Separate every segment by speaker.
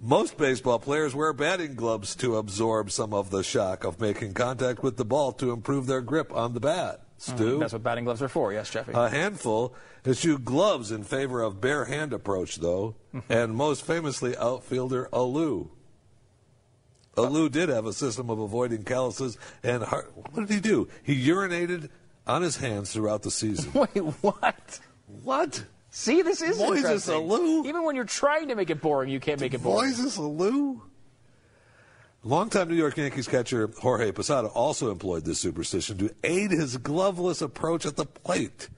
Speaker 1: Most baseball players wear batting gloves to absorb some of the shock of making contact with the ball to improve their grip on the bat. Stu?
Speaker 2: That's what batting gloves are for. Yes, Jeffy.
Speaker 1: A handful eschew gloves in favor of bare hand approach, though, and most famously, outfielder Alou. Alou did have a system of avoiding calluses and heart. What did he do? He urinated on his hands throughout the season.
Speaker 2: Wait, what?
Speaker 1: what?
Speaker 2: See, this is
Speaker 1: Moises
Speaker 2: interesting.
Speaker 1: Alou?
Speaker 2: Even when you're trying to make it boring, you can't make it boring.
Speaker 1: Moises Alou? Longtime New York Yankees catcher Jorge Posada also employed this superstition to aid his gloveless approach at the plate.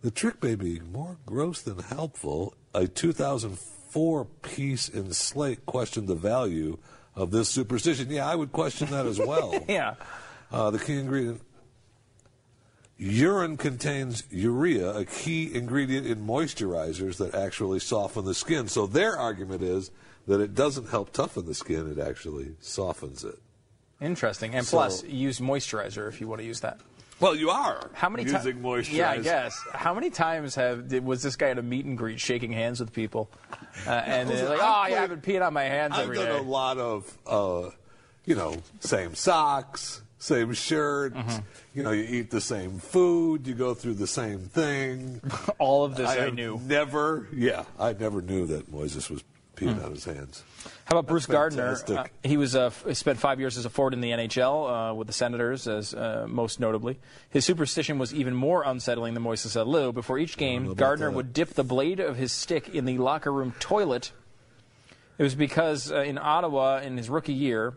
Speaker 1: The trick may be more gross than helpful. A 2004 piece in Slate questioned the value of this superstition. Yeah, I would question that as well.
Speaker 2: Yeah.
Speaker 1: Uh, the key ingredient. Urine contains urea, a key ingredient in moisturizers that actually soften the skin. So their argument is that it doesn't help toughen the skin, it actually softens it.
Speaker 2: Interesting. And
Speaker 1: So-
Speaker 2: plus, use moisturizer if you want to use that.
Speaker 1: Well, you are.
Speaker 2: How many times?
Speaker 3: Using moisturizer.
Speaker 2: Yeah, I guess. How many times have did, was this guy at a meet and greet shaking hands with people, uh, and they're
Speaker 1: I've
Speaker 2: like, "Oh, yeah,
Speaker 1: played-
Speaker 2: I've been peeing on my hands
Speaker 1: I've
Speaker 2: every
Speaker 1: done
Speaker 2: day."
Speaker 1: a lot of, uh, you know, same socks, same shirt.
Speaker 2: Mm-hmm.
Speaker 1: You know, you eat the same food, you go through the same thing.
Speaker 2: All of this I,
Speaker 1: have
Speaker 2: knew.
Speaker 1: Never, yeah, I never knew that Moises was
Speaker 2: Hmm.
Speaker 1: peeing on his hands.
Speaker 2: How about Bruce Gardner?
Speaker 1: fantastic.
Speaker 2: Uh, he was uh, f- he spent five years as a forward in the NHL uh, with the Senators, as uh, most notably. His superstition was even more unsettling than Moises Alou. Before each game,
Speaker 1: about
Speaker 2: Gardner
Speaker 1: that.
Speaker 2: would dip the blade of his stick in the locker room toilet. It was because uh, in Ottawa in his rookie year,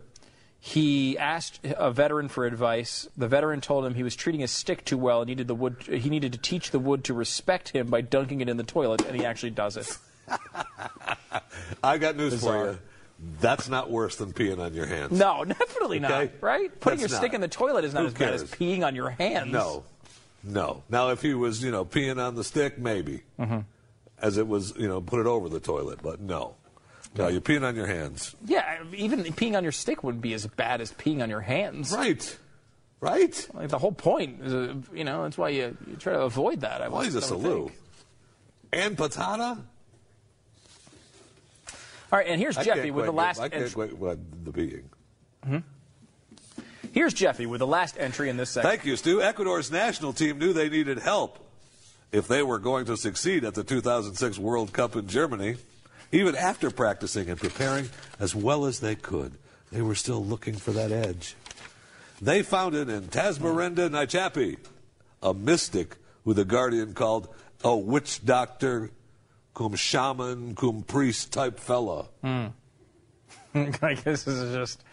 Speaker 2: he asked a veteran for advice. The veteran told him he was treating his stick too well and needed the wood. He needed to teach the wood to respect him by dunking it in the toilet, and he actually does it.
Speaker 1: I got news
Speaker 2: Bizarre.
Speaker 1: for you. That's not worse than peeing on your hands.
Speaker 2: No, definitely not.
Speaker 1: Okay?
Speaker 2: Right? Putting
Speaker 1: That's
Speaker 2: your stick
Speaker 1: not.
Speaker 2: in the toilet is not
Speaker 1: Who
Speaker 2: as bad as
Speaker 1: cares?
Speaker 2: peeing on your hands.
Speaker 1: No, no. Now, if he was, you know, peeing on the stick, maybe,
Speaker 2: Mm-hmm.
Speaker 1: as it was, you know, put it over the toilet, but no, no, you're peeing on your hands,
Speaker 2: Yeah, I- even peeing on your stick wouldn't be as bad as peeing on your hands.
Speaker 1: right, right.
Speaker 2: Like the whole point, is, uh, you know, that's why you, you try to avoid that. I would-
Speaker 1: Why is this
Speaker 2: I
Speaker 1: a
Speaker 2: would
Speaker 1: loo?
Speaker 2: think.
Speaker 1: And patata.
Speaker 2: All right, and here's
Speaker 1: I
Speaker 2: Jeffy
Speaker 1: can't
Speaker 2: with the
Speaker 1: quite
Speaker 2: last.
Speaker 1: Get, I can't
Speaker 2: entry-
Speaker 1: quite with the being.
Speaker 2: Here's Jeffy with the last entry in this section.
Speaker 1: Thank you, Stu. Ecuador's national team knew they needed help if they were going to succeed at the 2006 World Cup in Germany. Even after practicing and preparing as well as they could, they were still looking for that edge. They found it in Tasmarenda Naichapi, a mystic who the Guardian called a witch doctor, cum shaman, cum priest type fella.
Speaker 2: like this is just.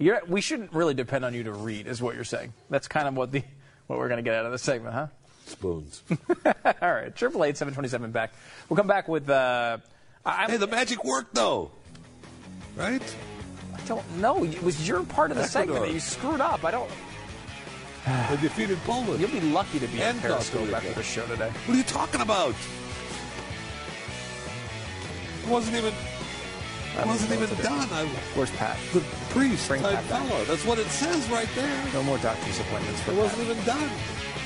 Speaker 2: You're, we shouldn't really depend on you to read, is what you're saying. That's kind of what the what we're going to get out of this segment, huh?
Speaker 1: Spoons.
Speaker 2: All right, triple eight seven twenty seven back. We'll come back with. Uh, I, I'm-
Speaker 1: hey, the magic worked though, right?
Speaker 2: I don't know. It was your part of the segment
Speaker 1: Ecuador.
Speaker 2: that you screwed up. I don't.
Speaker 1: They defeated Poland.
Speaker 2: You'll be lucky to be in
Speaker 1: And
Speaker 2: Periscope
Speaker 1: Costa Rica.
Speaker 2: after the show today.
Speaker 1: What are you talking about? It wasn't even. It wasn't even done. I,
Speaker 2: Where's Pat?
Speaker 1: the priest
Speaker 2: Bring
Speaker 1: type
Speaker 2: that back.
Speaker 1: fellow. That's what it says right there.
Speaker 2: No more doctor's appointments for
Speaker 1: It
Speaker 2: Pat.
Speaker 1: wasn't even done.